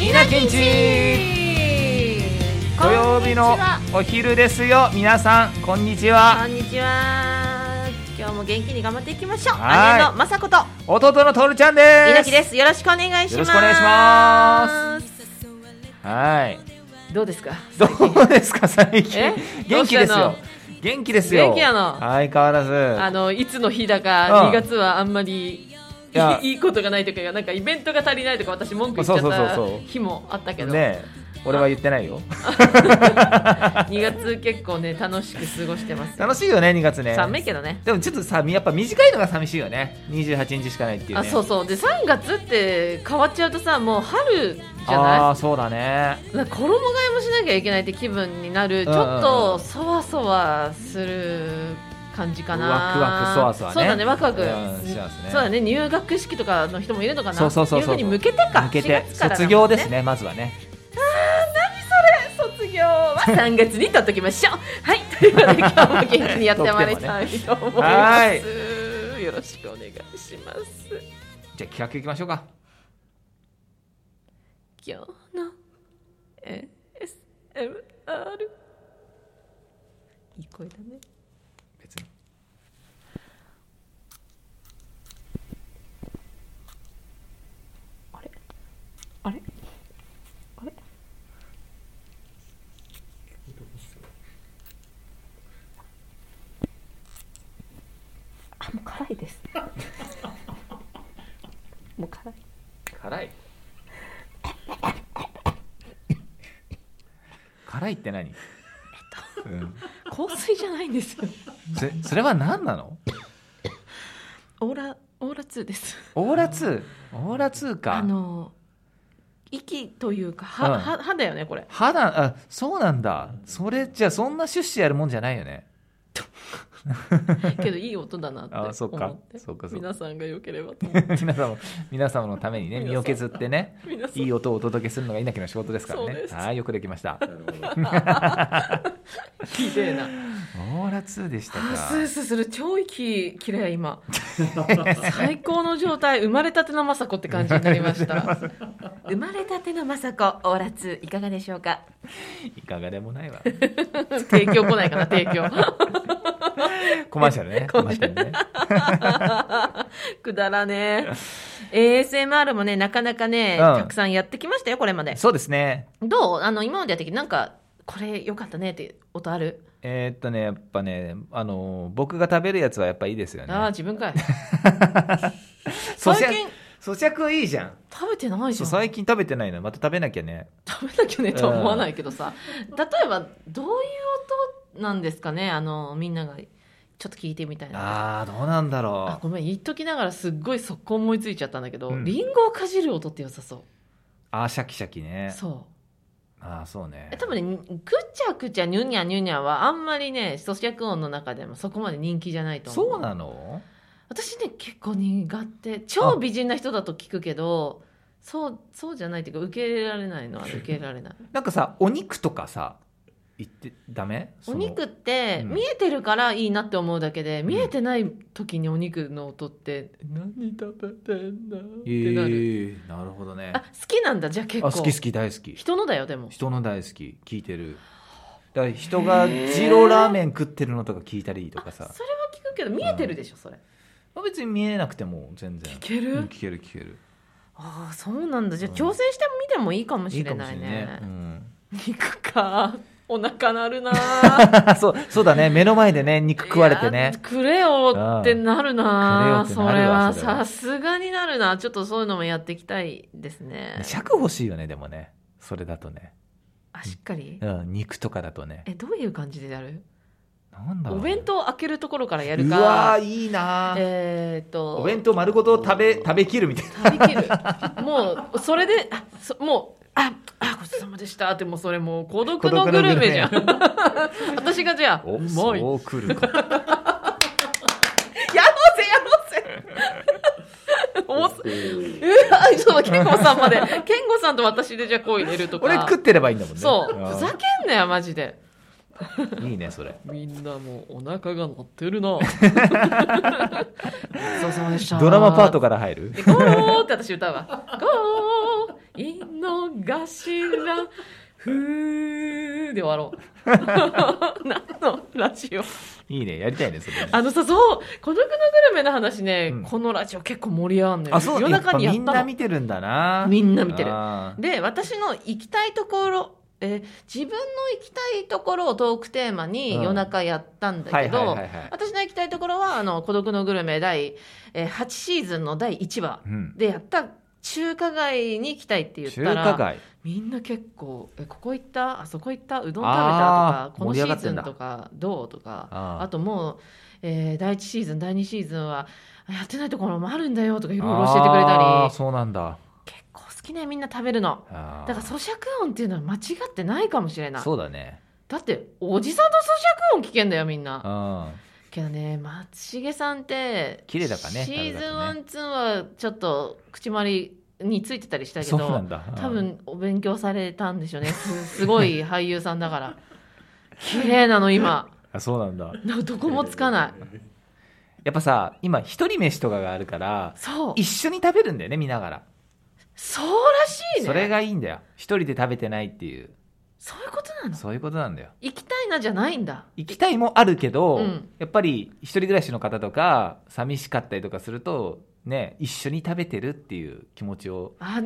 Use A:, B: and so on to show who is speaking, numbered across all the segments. A: 稲きんち土曜日のお昼ですよ皆さんこんにち
B: こ
A: は
B: んにちは。今日も元気に頑張っていきましょう。
A: はい
B: 姉の雅子と
A: 弟のトルちゃんです
B: 稲木です。よろしくお願いします。。
A: よろしくお願いしますはい
B: どうですか。
A: どうですか最近
B: え
A: 元気です
B: どう
A: よ元気ですよ
B: 元気なの
A: 相変わらず
B: あのいつの日だ
A: うん
B: か2月はあんまり
A: いや
B: いいいことがないとかなんかイベントが足りないとか私文句言っちゃっ
A: そうそうそうそ
B: た
A: う
B: 日もあったけど、
A: ねえ俺は言ってないよ
B: 2月結構ね楽しく過ごしてます。
A: 楽しいよね2月ね
B: 寒いけどね。
A: でもちょっとさやっぱ短いのが寂しいよね28日しかないっていう
B: あ
A: ね
B: そうそうで3月って変わっちゃうとさもう春じゃない
A: あーそうだね
B: なんか衣替えもしなきゃいけないって気分になるちょっとそわそわする感じかな
A: ワクワクそわそわ
B: そう
A: ね
B: だねワクワク、
A: うんします
B: そ
A: ね
B: うだね入学式とかの人もいるのかな
A: そうそうそうそ
B: 入学
A: う
B: に向けてか
A: 抜け
B: 4
A: て
B: 月からだもん
A: 卒業ですねまずはね
B: 卒業は3月にとっときましょう はいということで今日も元気にやってまいりたいと思いま
A: はい
B: す、よろしくお願いします
A: じゃあ企画いきましょうか
B: 今日の ASMR いい声だね
A: 別に
B: あれあれあ、もう辛いです。 もう辛い。
A: 辛い辛いって何、うん
B: 香水じゃないんですよ。
A: それそれは何なの
B: オーラ、オーラ2です。
A: オーラ2オーラ2
B: あ
A: か
B: の、息というか、は、
A: うん
B: は、歯だよね、これ。
A: 肌あそうなんだそれじゃあそんなシュッシュやるもんじゃないよね
B: けど、いい音だなって思って。
A: あそっかそっかそっか
B: 皆さんが良ければと思って。
A: 皆様皆様のためにね身を削ってね
B: 皆さん
A: いい音をお届けするのが稲木の仕事ですから
B: そう
A: ね
B: です
A: はいよくできました
B: 綺麗な。
A: オーラ2でし
B: あ、
A: たか
B: スースーする、超息、綺麗、今。最高の状態生まれたての雅子って感じになりました生まれたての雅子オーラツいかがでしょうか
A: いかがでもないわ
B: 提供来ないかな提供
A: コマーシャルねコマーシャルね
B: くだらねえ ASMR もねなかなかね、
A: うん
B: たくさんやってきましたよこれまで
A: そうですね
B: どうあの今までやってきてなんかこれ良かったねって音ある、
A: えーっとねやっぱねあのー僕が食べるやつはやっぱいいですよね
B: ああ自分かい
A: 咀
B: 最
A: 嚼
B: 近
A: 咀嚼いいじゃん
B: 食べてないじ
A: そ
B: ゃ
A: うん最近食べてないのまた食べなきゃね
B: 食べなきゃねとは思わないけどさ、例えばどういう音なんですかねあのみんながちょっと聞いてみたいな
A: あーどうなんだ
B: あ
A: ろう
B: ごめん言っときながらすっごい速攻思いついちゃったんだけど、
A: うん
B: リンゴをかじる音って良さそう、
A: あーシャキシャキね
B: そう
A: あーそうね
B: え多分ねにぐちゃぐちゃニュニャニュニャはあんまりね咀嚼音の中でもそこまで人気じゃないと思う
A: そうなの
B: 私ね結構苦手超美人な人だと聞くけどそうそうじゃないっていうか受け入れられないのは受け入れられない
A: なんかさお肉とかさ言ってダメそ
B: お
A: の
B: 肉って
A: うん
B: 見えてるからいいなって思うだけで、見えてない時にお肉の音って何食べてんだっ
A: え
B: てなる、
A: ー、なるほどね
B: あ好きなんだじゃあ結構
A: あ好き好き大好き
B: 人のだよでも
A: 人の大好き聞いてるだから人が二郎ラーメン食ってるのとか聞いたりとかさ
B: それは聞くけど見えてるでしょそれ
A: まあ別に見えなくても全然
B: 聞ける、
A: うん聞ける聞ける
B: ああそうなんだじゃあ
A: うん
B: 挑戦してみてもいいかも
A: い
B: し
A: いか
B: れ
A: も
B: な
A: し
B: い
A: れ
B: ね
A: ないね、うん
B: 肉かお腹なるなー
A: あそうそうだね目の前でね肉 食われて
B: いや
A: ね
B: くれよってなるなー
A: うんくれよ
B: そ
A: ってな
B: れ
A: るわ
B: は
A: それは
B: さすがになるなちょっとそういうのもやっていきたいですね
A: 尺欲しいよねでもねそれだとね、
B: あしっかり
A: うん、肉とかだとね
B: えどういう感じでやる
A: なんだろ
B: お
A: う
B: 弁当開けるところからやる
A: うわ
B: か
A: ーいいなー
B: えーっと
A: お弁当丸ごと食べ食べきるみたいな
B: 食べきるもうそれであそもうああごちそうさまでしたってもうそれもう孤独のグルメじゃん私がじゃあ
A: お
B: うまいやろう
A: そうくるか
B: ぜやろうぜおうわちょっと健吾さんまで健吾さんと私でじゃあこう入れるとか
A: 俺食ってればいいんだもんね
B: そう
A: うん
B: ふざけんなよマジで
A: いいねそれ
B: みんなもうお腹が鳴ってるな。ごちそうさまでした。
A: ドラマパート。から入る
B: でゴーって私歌うわ。ゴーイの頭ふーで終わろう。 何のラジオ
A: いいねやりたいねそれ
B: あのさ、そう、孤独のグルメの話ね、
A: うん
B: このラジオ結構盛り上がんね
A: あそう
B: 夜中にやった
A: ぱみん
B: の
A: な見てるんだな
B: みんな見てる
A: あー
B: で私の行きたいところ、えー自分の行きたいところをトークテーマに
A: うん
B: 夜中やったんだ
A: は
B: け
A: いはい
B: ど
A: はいはい
B: 私の行きたいところはあの「孤独のグルメ第」えー8シーズンの第1話
A: うん
B: でやった中華街に行きたいって言っ
A: 中
B: た
A: 華
B: らみ
A: 街
B: んな結構「えここ行ったあそこ行ったうどん食べた?」と
A: あ
B: か
A: ー
B: 「このシ
A: 盛
B: ー
A: り上がって
B: ズ
A: ん
B: ン
A: だ
B: とかどう?」とか
A: あー
B: あともう、えー第1シーズン第2シーズンはやってないところもあるんだよとかいろいろ教えてくれたり
A: あーそうなんだ
B: 結構好きねみんな食べるの。
A: あー
B: だから咀嚼音っていうのは間違ってないかもしれない。
A: そうだね
B: だって、おじさんの咀嚼音聞けんだよ、みん
A: う
B: な。
A: ん
B: けどね、松重さんって、
A: 綺麗だからね
B: シーズン
A: 食べ方
B: 1、
A: ね
B: 2はちょっと口周りについてたりしたけ
A: そうな
B: ど、
A: んだ
B: 多分お勉強されたんでしょうね。 すすごい俳優さんだから。綺麗なの、今。
A: あそうなんだ
B: などこもつかない。
A: やっぱさ今一人飯とかがあるから
B: そう。
A: 一緒に食べるんだよね見ながら
B: そうらしいね。
A: それがいいんだよ一人で食べてないっていう
B: そういうことなの
A: そういうことなんだよ
B: 行きたいなじゃないんだ。
A: 行きたいもあるけど、
B: うん
A: やっぱり一人暮らしの方とか寂しかったりとかするとね一緒に食べてるっていう気持ちを
B: あ、い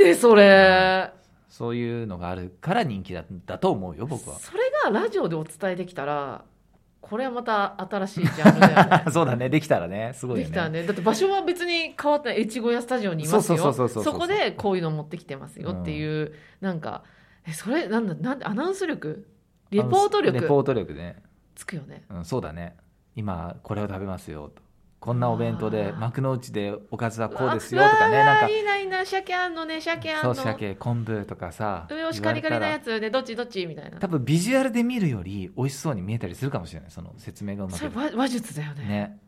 B: いね、それ。
A: そういうのがあるから人気だだと思うよ僕は
B: それがラジオでお伝えできたらこれはまた新しいジャンルだよね
A: そうだねできたらねすごい
B: で
A: よ
B: きたら
A: ね
B: ねだって場所は別に変わった越後屋スタジオにいます
A: そうそう
B: よ
A: そうそうそうそう
B: そこでこういうのを持ってきてますよっていう、なんかえそれなんだなんだアナウンス力レポート
A: レポ
B: 力
A: ート力ね、
B: つくよね
A: うん、そうだね今これを食べますよとこんなお弁当
B: あ
A: で
B: ー
A: 幕の内でおかずはこうですよとかね
B: わあ
A: なんか
B: いいないいな鮭あんのね鮭あん
A: そう
B: の
A: 鮭昆布とかさ
B: 上をしかりかり
A: 言わ
B: な
A: れた
B: やつ
A: ら
B: でどっちどっちみたいな
A: 多分ビジュアルで見るより美味しそうに見えたりするかもしれないその説明がうま
B: そ
A: く
B: れ話話術だよね
A: ね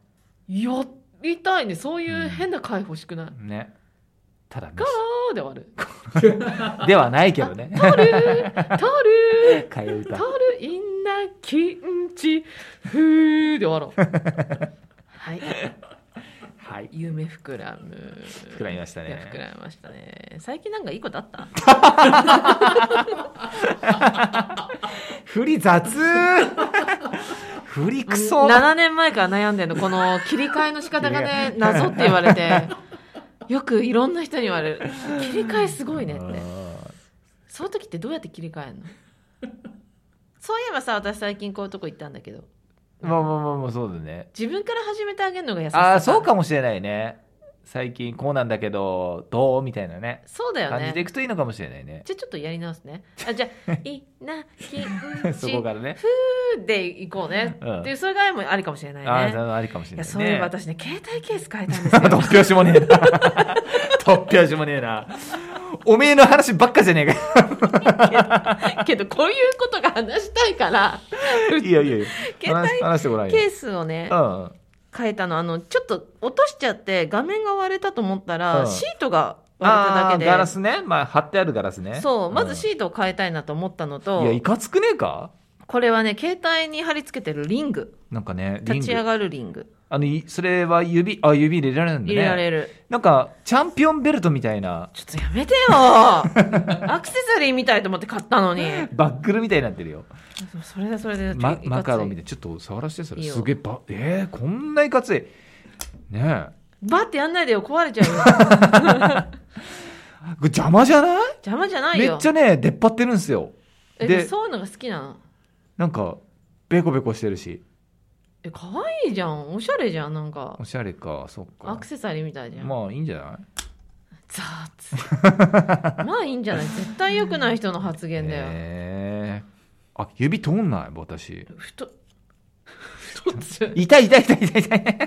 B: やりたいねそういう変な回欲しくない、
A: ねただ
B: ガーで終わる
A: 飯ではないけどね
B: タルータルー
A: 替え歌
B: タルインナキンチふーで終わろう。 はい、
A: はい
B: 夢膨らむ。
A: 膨らみました
B: いや膨
A: ね
B: らみましたね。最近なんかいいことあった？
A: 振 り雑振りクソ
B: 7年前から悩んでるのこの切り替えの仕方がね謎って言われ て。よくいろんな人に言われる切り替えすごいねっ
A: うん
B: てそういう時ってどうやって切り替えるのそういえばさ私最近こういうとこ行ったんだけど
A: まあまあまあまあそうだね
B: 自分から始めてあげるのが優しさ
A: ああそうかもしれないね最近こうなんだけどどうみたいなね
B: そうだよね
A: 感じていくといいのかもしれないね
B: じゃあちょっとやり直す ね。あじゃあ、いなきん
A: そ
B: ち
A: こからね
B: で行こうね。
A: うん
B: っていう、それがもありかもしれないね。
A: ああありかもし
B: い
A: れな
B: や、
A: い
B: そういえば
A: ね
B: 私ね、携帯ケース変えたんです
A: 突
B: よ。
A: 拍子もねえな突拍子もねえなおめえの話ばっかじゃねえ か
B: けど、こういうことが話したいから、
A: いやいやいや
B: 携帯
A: 話話してごらんよ
B: ケースをね
A: う、んうん
B: 変えたの、あの、ちょっと落としちゃって、画面が割れたと思った
A: う
B: ら、
A: ん
B: シートが割れた
A: あ
B: だ
A: あ
B: け
A: ー
B: で
A: ガラ、スねまあ貼ってあるガラスね
B: そう、ま
A: ん
B: ずシートを変えたいなと思ったの
A: いや
B: と
A: い、かつくねえか
B: これはね、携帯に貼り付けてるリング、
A: なんかねリン
B: 立ち上
A: グ
B: がるリング、
A: あのいそれは指あ指入れられるんだ
B: 入
A: ね
B: れられる。
A: なんかチャンピオンベルトみたいな
B: ちょっとやめて よアクセサリーみたいと思って買ったのに。
A: バッグルみたいになってるよ
B: それだそれで、
A: ま、マカロンみた
B: い
A: いなちょっと触らせてそれ
B: いいよ
A: すげえばえー、こんないかついね
B: な。バッてやんないでよ、壊れちゃう よ。
A: えこれ邪魔じゃない
B: 邪魔じゃない
A: め
B: よ。
A: っちゃね出っ張ってるんですよ
B: え
A: で
B: そういうのが好きなの。
A: なんかベコベコしてるし
B: え、可愛いじゃん。おしゃれじゃん、なんか
A: お。しゃれかそっ
B: ア
A: か
B: クセサリーみたいじゃん。
A: まあいいんじゃない
B: 雑。まあいいん じゃない絶対良くない人の発言だよ。
A: えー、あ指通んない私
B: ふと、ふとつ。
A: 痛い痛い痛い痛い痛い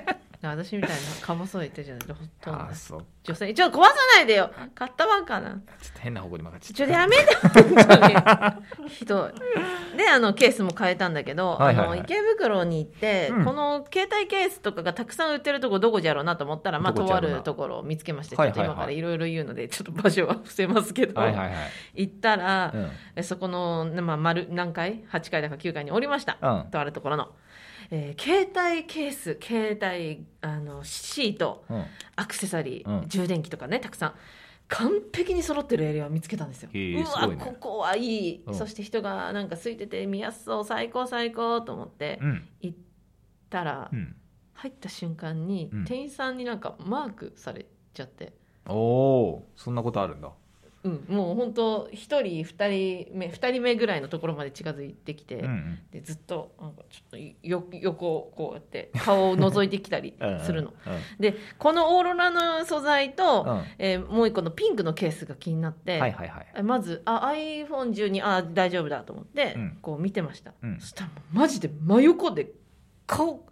B: 私みたいなか細い手じゃないとほとんど
A: あそう
B: 女性ちょっと壊さないでよ買ったばっかな
A: ちょっと変な方向に曲がっち
B: ち
A: ゃ
B: ょ
A: っ
B: やめて本当 にひどいであのケースも変えたんだけど、
A: はいはいはい
B: あの池袋に行って、
A: うん
B: この携帯ケースとかがたくさん売ってるとこどこじゃろうなと思ったらまあ
A: どこ
B: と
A: じゃ
B: あ
A: ろうな
B: るところを見つけまして、
A: はいはい
B: ちょっと今からいろいろ言うのでちょっと場所は伏せますけど、
A: たはいはいはい
B: 行ったら、
A: うん
B: えそこの、まあ、丸何階 ?8 階だか9階におりました、
A: うん
B: とあるところの、えー携帯ケース携帯あのシート
A: うん
B: アクセサリー、
A: うん
B: 充電器とかねたくさん完璧に揃ってるエリアを見つけたんですよ、
A: へー
B: う
A: す
B: わ、
A: ごいね
B: ここはいい、
A: うん
B: そして人がなんか空いてて見やすそう最高最高と思って
A: うん
B: 行ったら、
A: うん
B: 入った瞬間に、
A: うん
B: 店員さんになんかマークされちゃって。
A: おおーそんなことあるんだ
B: うん、もう本当1人2人目2人目ぐらいのところまで近づいてきて、
A: うんうん
B: でずっとなんかちょっとよ横をこうやって顔を覗いてきたり
A: うんうん
B: するの。
A: うん
B: でこのオーロラの素材と、
A: うんは
B: えーもう一個のピンクのケースが気になって、
A: いはいはい
B: えまずあ iPhone12 あ大丈夫だと思って、
A: うん
B: こう見てました、
A: うん
B: そしたらもうマジで真横で顔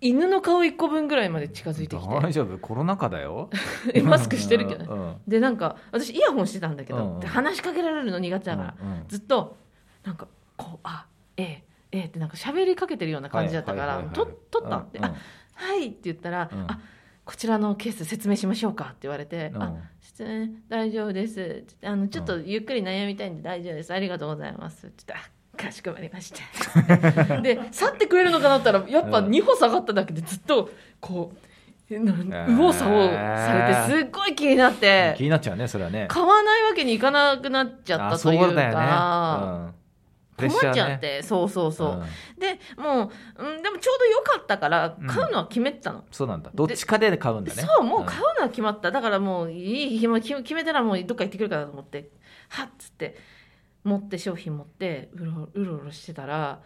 B: 犬の顔1個分ぐらいまで近づいてき
A: 大丈夫コロナ禍だよ
B: て マスクしてるけどね
A: うんうん
B: でなんか私イヤホンしてたんだけど、
A: うんうん
B: で話しかけられるの苦手だから、
A: うんうん
B: ずっとなんかこう「あええええ」ってなんか喋りかけてるような感じだったから「
A: はいはいはい
B: と
A: はい
B: 取った?」って「
A: うんう
B: あはい」って言ったら「
A: うん
B: あこちらのケース説明しましょうか」って言われて「
A: ん
B: あ失礼大丈夫です」あの「ちょっとゆっくり悩みたいんで大丈夫ですありがとうございます」って言ってあかしこまりました で去ってくれるのかなったらやっぱ
A: うん
B: 2歩下がっただけでずっとこうな右往左往されてすっごい気になって
A: 気になっちゃうねそれはね
B: 買わないわけにいかなくなっちゃっ
A: あ
B: たと
A: そ
B: いううか
A: だよねうんプレッシ
B: 困
A: ャ
B: っちゃ
A: ー
B: っ
A: ね
B: てそうそうそう、
A: ん
B: でもう、うん、でもちょうど良かったから
A: うん
B: 買うのは決めてたの、
A: そうなんだどっちかで買うんだね
B: そうもう買うのは決まっただからもういい日も決決めたらもうどっか行ってくるかなと思ってはっつって持って商品持ってうろうろうろしてたら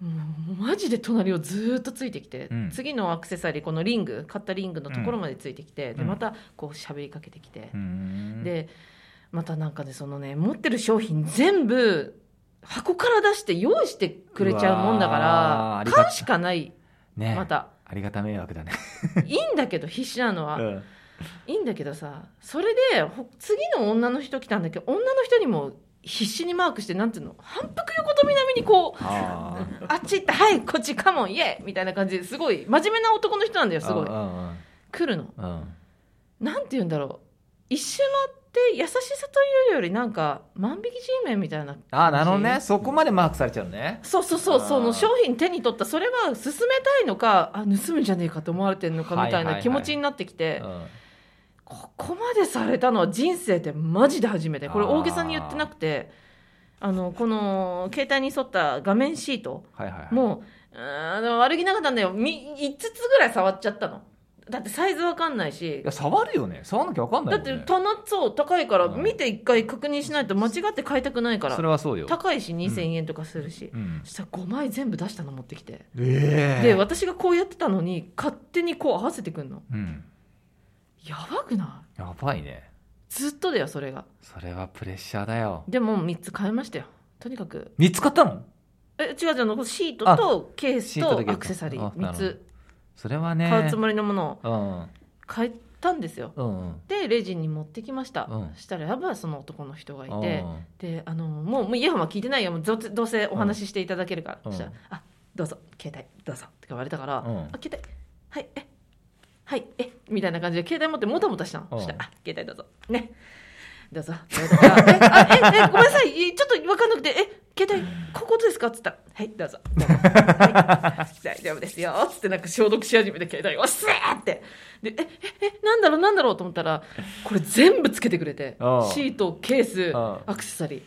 B: もうマジで隣をずーっとついてきて、
A: うん
B: 次のアクセサリーこのリング買ったリングのところまでついてきて、で
A: うん
B: またこう喋りかけてきて、
A: うん
B: でまたなんかねそのね持ってる商品全部箱から出して用意してくれちゃうもんだか
A: うわーあ
B: ら
A: りがた
B: 買うしかない
A: ね
B: また
A: ありがた迷惑 だね
B: いいんだけど必死なのは、
A: うん
B: いいんだけどさそれでほ次の女の人来たんだけど女の人にも必死にマークしてなんていうの反復横と南にこう
A: あー
B: あっち行ってはいこっちカモンイエーイみたいな感じですごい真面目な男の人なんだよすごい
A: うんうん
B: 来るの
A: うんうん
B: なんて言うんだろう一周回って優しさというよりなんか万引き G メンみたいな
A: あーなるほどねそこまでマークされちゃうのね
B: そうそうそう
A: あー
B: その商品手に取ったそれは進めたいのかあ盗むんじゃねえかと思われてるのかみたい
A: はいはいは
B: ない気持ちになってきて、
A: うん
B: ここまでされたのは人生でマジで初めてこれ
A: あー
B: 大げさに言ってなくてあのこの携帯に沿った画面シート
A: はいはいはい
B: もううーんでも悪気なかったんだよみ5つぐらい触っちゃったのだってサイズわかんないし
A: いや触るよね触らなきゃ分かん
B: だ
A: ない
B: っ
A: もんね
B: て棚そう高いから
A: うん
B: 見て一回確認しないと間違って買いたくないか
A: そ
B: ら
A: れはそうよ
B: 高いし2000円とかするし、
A: うん
B: そしたら5枚全部出したの持ってきて、
A: ええ
B: で私がこうやってたのに勝手にこう合わせてくんの
A: うん
B: やばくな
A: やばいね
B: いずっとだよそれが
A: それはプレッシャーだよ
B: でも3つ買いましたよとにかく
A: 見つかったの
B: え違う違うのシートとケース
A: シートだけ
B: とアクセサリー
A: あ
B: 3
A: なるほど
B: つ
A: それはね
B: 買うつもりのものを
A: うん
B: 買ったんですよ
A: うんうん
B: でレジに持ってきました、
A: うん
B: したらやっぱその男の人がいうて
A: ん
B: であのもうもうイヤホンは聞いてないよもうどうせどうせお話ししていただけるから、
A: うん
B: そしたら「あどうぞ携帯どうぞ」って言われたから「
A: うん
B: あ携帯はいえはいえみたいな感じで携帯持ってもたもたしたの、
A: うん
B: そしたら「あ携帯どうぞねどうぞ」って言われたからえあええごめんなさいえちょっと分かんなくてえ携帯こういうことですか?」っつったら「はいどうぞ」どうぞはい 大丈夫ですよ」っつってなんか消毒し始めて携帯をスーってで「えええなんだろうなんだろう?」と思ったらこれ全部つけてくれて
A: うん
B: シートケース
A: うん
B: アクセサリー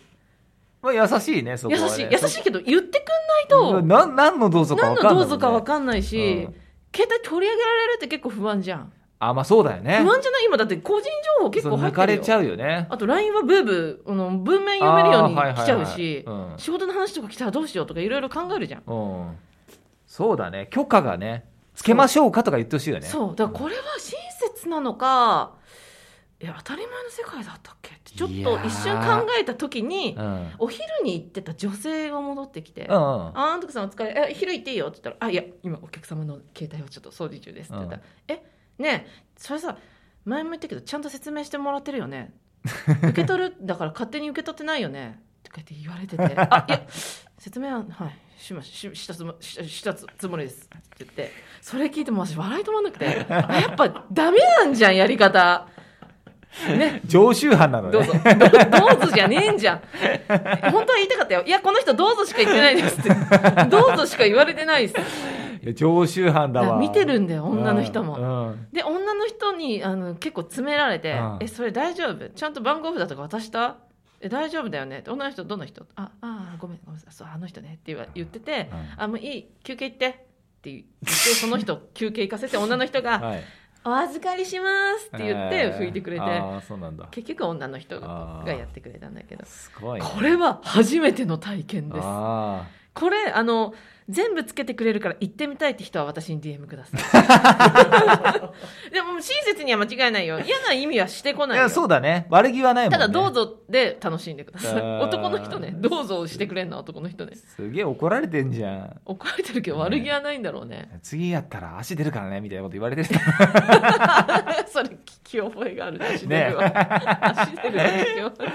A: まあ優しいねそこ
B: 優
A: はね
B: しい優しいけど言ってくん
A: そ
B: ないと
A: な何のどうぞか
B: 何のどう
A: 分かんないもんね
B: ぞか分かんないし、
A: うん
B: 携帯取り上げられるって結構不安じゃん
A: あまあそうだよね
B: 不安じゃない今だって個人情報結構入って
A: そう抜か
B: る
A: れ
B: よ
A: ちゃうよね
B: あと LINE はブーブーあの文面読めるように
A: あーはいはいはい
B: 来ちゃうし、
A: うん
B: 仕事の話とか来たらどうしようとかいろいろ考えるじゃん、
A: うんそうだね許可がねつけましょうかとか言ってほしいよね
B: そうだからこれは親切なのかええ当たり前の世界だったっけってちょっと一瞬考えた時に
A: うん
B: お昼に行ってた女性が戻ってきて「
A: うん
B: あ
A: うん
B: あんとくさんお疲れえ昼行っていいよ」って言ったら「あいや今お客様の携帯をちょっと掃除中です」って言ったら「えねえそれさ前も言ったけどちゃんと説明してもらってるよね 受け取るだから勝手に受け取ってないよね」とか言って言われ てて「あいや説明ははいしましししたつもししたつつもりです」って言ってそれ聞いてもう私笑い止まんなくてあやっぱダメなんじゃんやり方ね
A: 常習犯なの
B: どうぞ
A: ね。
B: どどうぞじゃねえんじゃん本当は言いたかったよいやこの人どうぞしか言ってないですってどうぞしか言われてないです
A: いや常習犯だわ。
B: 見てるんだよ女の人も
A: も。うん
B: で女の人にあの結構詰められて「
A: うん
B: えそれ大丈夫ちゃんと番号札とか渡したえ大丈夫だよね」って女の人どの人?」ああーごめんごめんそうあの人ね」って言わ言ってて
A: うん
B: 「あもういい休憩行って」って言ってその人休憩行かせて女の人が
A: はい。っ
B: 「お預かりします」って言って拭いてくれて、
A: ああ、そうなんだ。
B: 結局女の人
A: あ
B: が
A: ー
B: がやってくれたんだけど
A: すごいね。
B: これは初めての体験です
A: あ
B: これあの全部つけてくれるから行ってみたいって人は私に DM くださ いでも親切には間違いないよ嫌な意味はしてこ
A: あ。
B: ない
A: い
B: よ
A: や、そうだね。悪気はないもんね。
B: ただどう。ぞで楽しんでください
A: あー
B: 男の人ねどうぞしてくれんのは男の人ね
A: すげえ怒られてんじゃん。
B: 怒られてるけど悪気はないんだろう ね
A: 次やったら足出るからねみたいなこと言われて る
B: それ聞き覚えがある足出
A: ね
B: るわ、足出るわ聞き覚え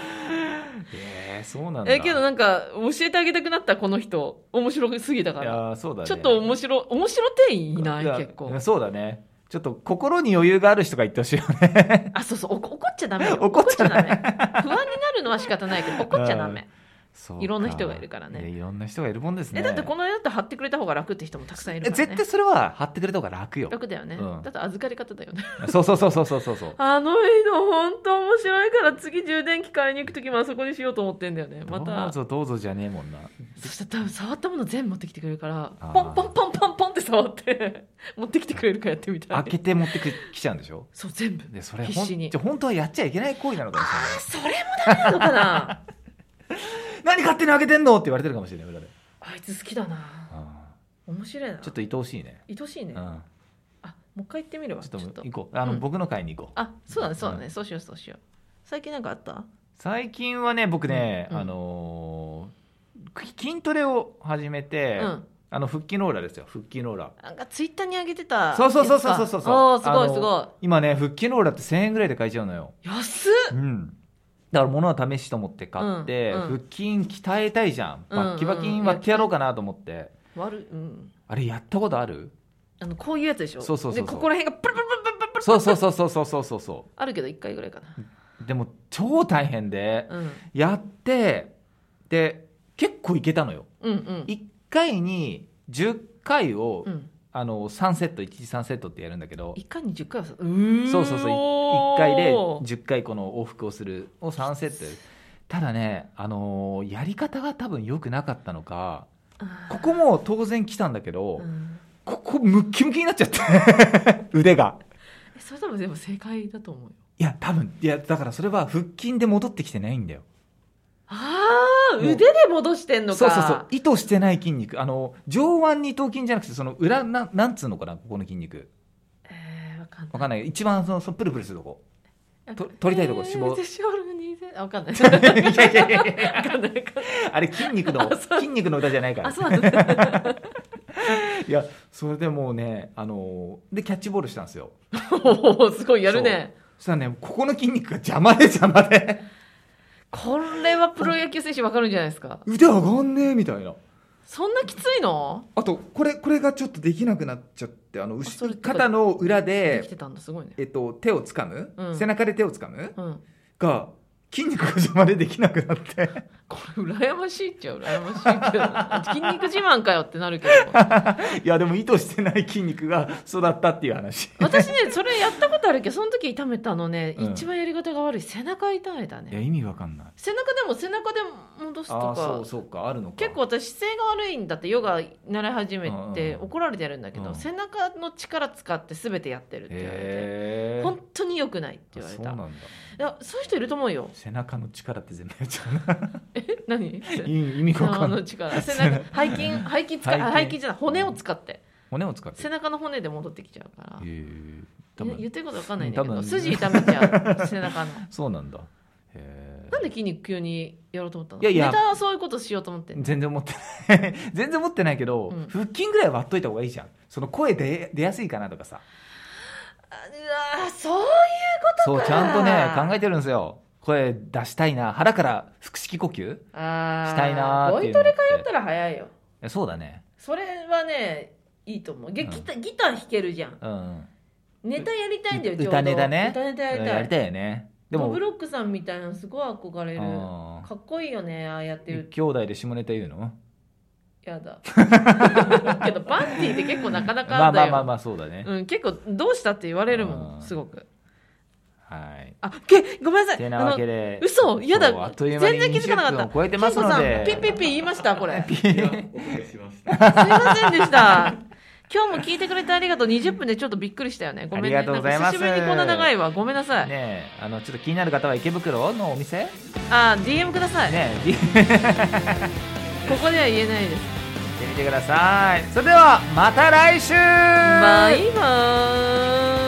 A: えー、そうなんだ
B: えけどなんか教えてあげたくなったこの人面白すぎたか
A: い
B: ら
A: やーそうだね
B: ちょっと面白面白店員いない
A: や
B: 結構
A: そうだねちょっと心に余裕がある人が言ってほしいよね
B: あそうそうおこ怒っちゃダメよ
A: 怒っちゃダ
B: 怒
A: メ
B: っちゃダメ不安になるのは仕方ないけど怒っちゃダメ
A: そ う
B: いろんな人がいるからね
A: いやいろんな人がいるもんですね
B: えだってこの絵だって貼ってくれた方が楽って人もたくさんいる
A: え
B: からね
A: 絶対それは貼ってくれた方が 楽よ
B: 楽だよね、
A: うん
B: だって預かり方だよね
A: そうそうそうそうそうそうそう
B: あの人本当面白いから次充電器買いに行く時もあそこにしようと思ってんだよね ま
A: どう
B: た
A: ぞどうぞじゃねえもんな
B: そしたら多分触ったもの全部持ってきてくれるから
A: あー
B: ポンポンポンポンポンって触って持ってきてくれるからやってみたい
A: 開けて持ってきちゃうんでしょ
B: そう全部
A: でそれ
B: 必
A: ほん
B: 死に
A: じゃあ本当はやっちゃいけない行為なのかもし
B: あそれもダメなのか な
A: れない何勝手に開けてんのって言われてるかもしれない裏で、
B: あいつ好きだな
A: うん
B: 面白いな
A: ちょっと愛おしいね、
B: 愛しいね、
A: うん、ちょ
B: あもう一回行ってみるわ
A: っ
B: ち
A: と
B: ょっと
A: 行こうあの、
B: うん
A: 僕の会に行こう
B: あそうだねそうだね、
A: う
B: そうしようそうしよう最近なんかあった
A: 最近はね僕ね、
B: うん
A: あのーき筋トレを始めて、
B: うん
A: あの腹筋ローラーですよ腹筋ローラー
B: なんかツイッターに上げてた
A: そうそうそうそうそうそう
B: おーすご
A: あ
B: い
A: の
B: すご
A: 今ね腹筋ローラーって1000円ぐらいで買えちゃうのよ
B: い安っ
A: うんだから物は試しと思って買って、
B: うんうん
A: 腹筋鍛えたいじゃん
B: うんうん
A: バッキバキに割ってやろうかなと思って、
B: 悪いうん
A: あれやったことある
B: あのこういうやつでしょ
A: そうそうそうそう
B: でここら辺がプルプルプルプルプル
A: そうそうそうそうそうそうそうそ
B: あるけど一回ぐらいかな
A: うでも超大変で
B: うん
A: やってで結構いけたのよ
B: うんうん
A: 1回に10回を、
B: うん
A: あの3セット1日3セットってやるんだけど
B: 一回に10回はさうーん
A: そうそうそう1回で10回この往復をするを3セットやるただね、あのーやり方が多分良くなかったのかここも当然来たんだけど、
B: うん
A: ここムッキムキになっちゃって 腕が
B: えそれ多分でも正解だと思うよ
A: いや多分いやだからそれは腹筋で戻ってきてないんだよ
B: ああ
A: もう
B: 腕で戻してんのか
A: そうそうそう意図してない筋肉あの上腕二頭筋じゃなくてその裏ななんつうのかなここの筋肉
B: えーわかんない
A: わかんない一番そのそのプルプルする とこと取りたいとこ脂肪
B: 私オルニーゼあわかん ない
A: いやいやいやいや
B: わかんないわかんない
A: あれ筋肉の
B: あそう
A: 筋肉の歌じゃないから
B: あそうなんだ
A: いやそれでもうねあのーでキャッチボールしたんですよ
B: おーすごいやるね
A: そしたらねここの筋肉が邪魔で邪魔 で
B: これはプロ野球選手わかるんじゃないですか
A: 腕上がんねえみたいな
B: そんなきついの
A: あとこれこれがちょっとできなくなっちゃってあの
B: あそ
A: 後
B: れ
A: ろ肩の裏
B: でき
A: で
B: てたんだすごいね
A: えっと手をつかむ、
B: うん
A: 背中で手をつかむ
B: うん
A: が筋肉が邪魔でできなくなって
B: これ羨ましいっちゃ羨ましいけど な筋肉自慢かよってなるけど
A: いやでも意図してない筋肉が育ったっていう話
B: 私ねそれやったことあるけどその時痛めたのね、
A: うん
B: 一番やり方が悪い背中痛めた
A: いや
B: ね
A: 意味わかんない
B: 背中でも背中で戻すと
A: ああそ
B: か
A: うそうかあるのか
B: 結構私姿勢が悪いんだってヨガ習い始めて
A: うんうん
B: 怒られてるんだけど、
A: うん
B: 背中の力使って全てやってるって言われて
A: へえ
B: 本当に良くないって言われ
A: そう
B: た
A: なんだ
B: いやそういう人いると思うよ
A: 背中の力って全部やっちゃうな
B: え何
A: 意味意味
B: 背
A: わか
B: 中
A: んな
B: の
A: い
B: 力背中背筋背筋使
A: 背
B: い
A: 筋
B: 背筋じゃない骨を使って
A: 骨を使って
B: 背中の骨で戻ってきちゃうから
A: へえ多
B: 言言っ
A: 分
B: てることわかんないんだけ
A: 多
B: ど
A: 分
B: 筋痛めちゃう背中の
A: そうなんだへえ
B: なんで筋肉急にやろうと思ったの
A: いやいや
B: ネタはそういうことしようと思ってんの
A: 全然持ってない 全然持ってないけど、
B: うん
A: 腹筋ぐらい割っといた方がいいじゃんその声出出やすいかなとかさ
B: あうわーそういう
A: そ
B: こと
A: う
B: か
A: ちゃんとね考えてるんですよ声出したいな腹から腹式呼吸
B: あー
A: したいなーっ
B: ボ
A: てい
B: イ
A: うの
B: ト
A: って
B: レ通ったら早いよ
A: えそうだね
B: それはねいいと思うげ
A: うん
B: ギターギター弾けるじゃん
A: うんうん
B: ネタやりたいんだよ
A: う
B: ちょうど
A: 歌ネタね
B: 歌ネタやりたい
A: やりたいよねで
B: でも
A: も
B: ブロックさんみたいなのすごい憧れる
A: あー
B: かっこいいよねああやってる
A: 兄弟で下ネタ言うの
B: やだ けどバンティーって結構なかな
A: ま
B: か
A: あ
B: だ
A: まあ
B: よ、
A: まあまあそうだね、
B: うん、結構どうしたって言われるも
A: うん
B: んすごく
A: はい
B: あけごめんなさい
A: て
B: あ
A: なわ
B: の
A: けで
B: 嘘嫌だ
A: そうあっという間に
B: 全然気づかなかった
A: 20分を超えてますので
B: ピッピッピ言いましたこれすい
C: いやお答えしました。
B: ませんでした 今日も聞いてくれてありがとう20分でちょっとびっくりしたよねごめんね
A: ありがとうございま
B: なん
A: す
B: か久しぶりにこんな長いわごめんなさい、
A: ねえあのちょっと気になる方は池袋のお店ね
B: あ DM ください、
A: え行
B: ここでは言えないです
A: ってみてくださいそれではまた来週
B: バイバーイ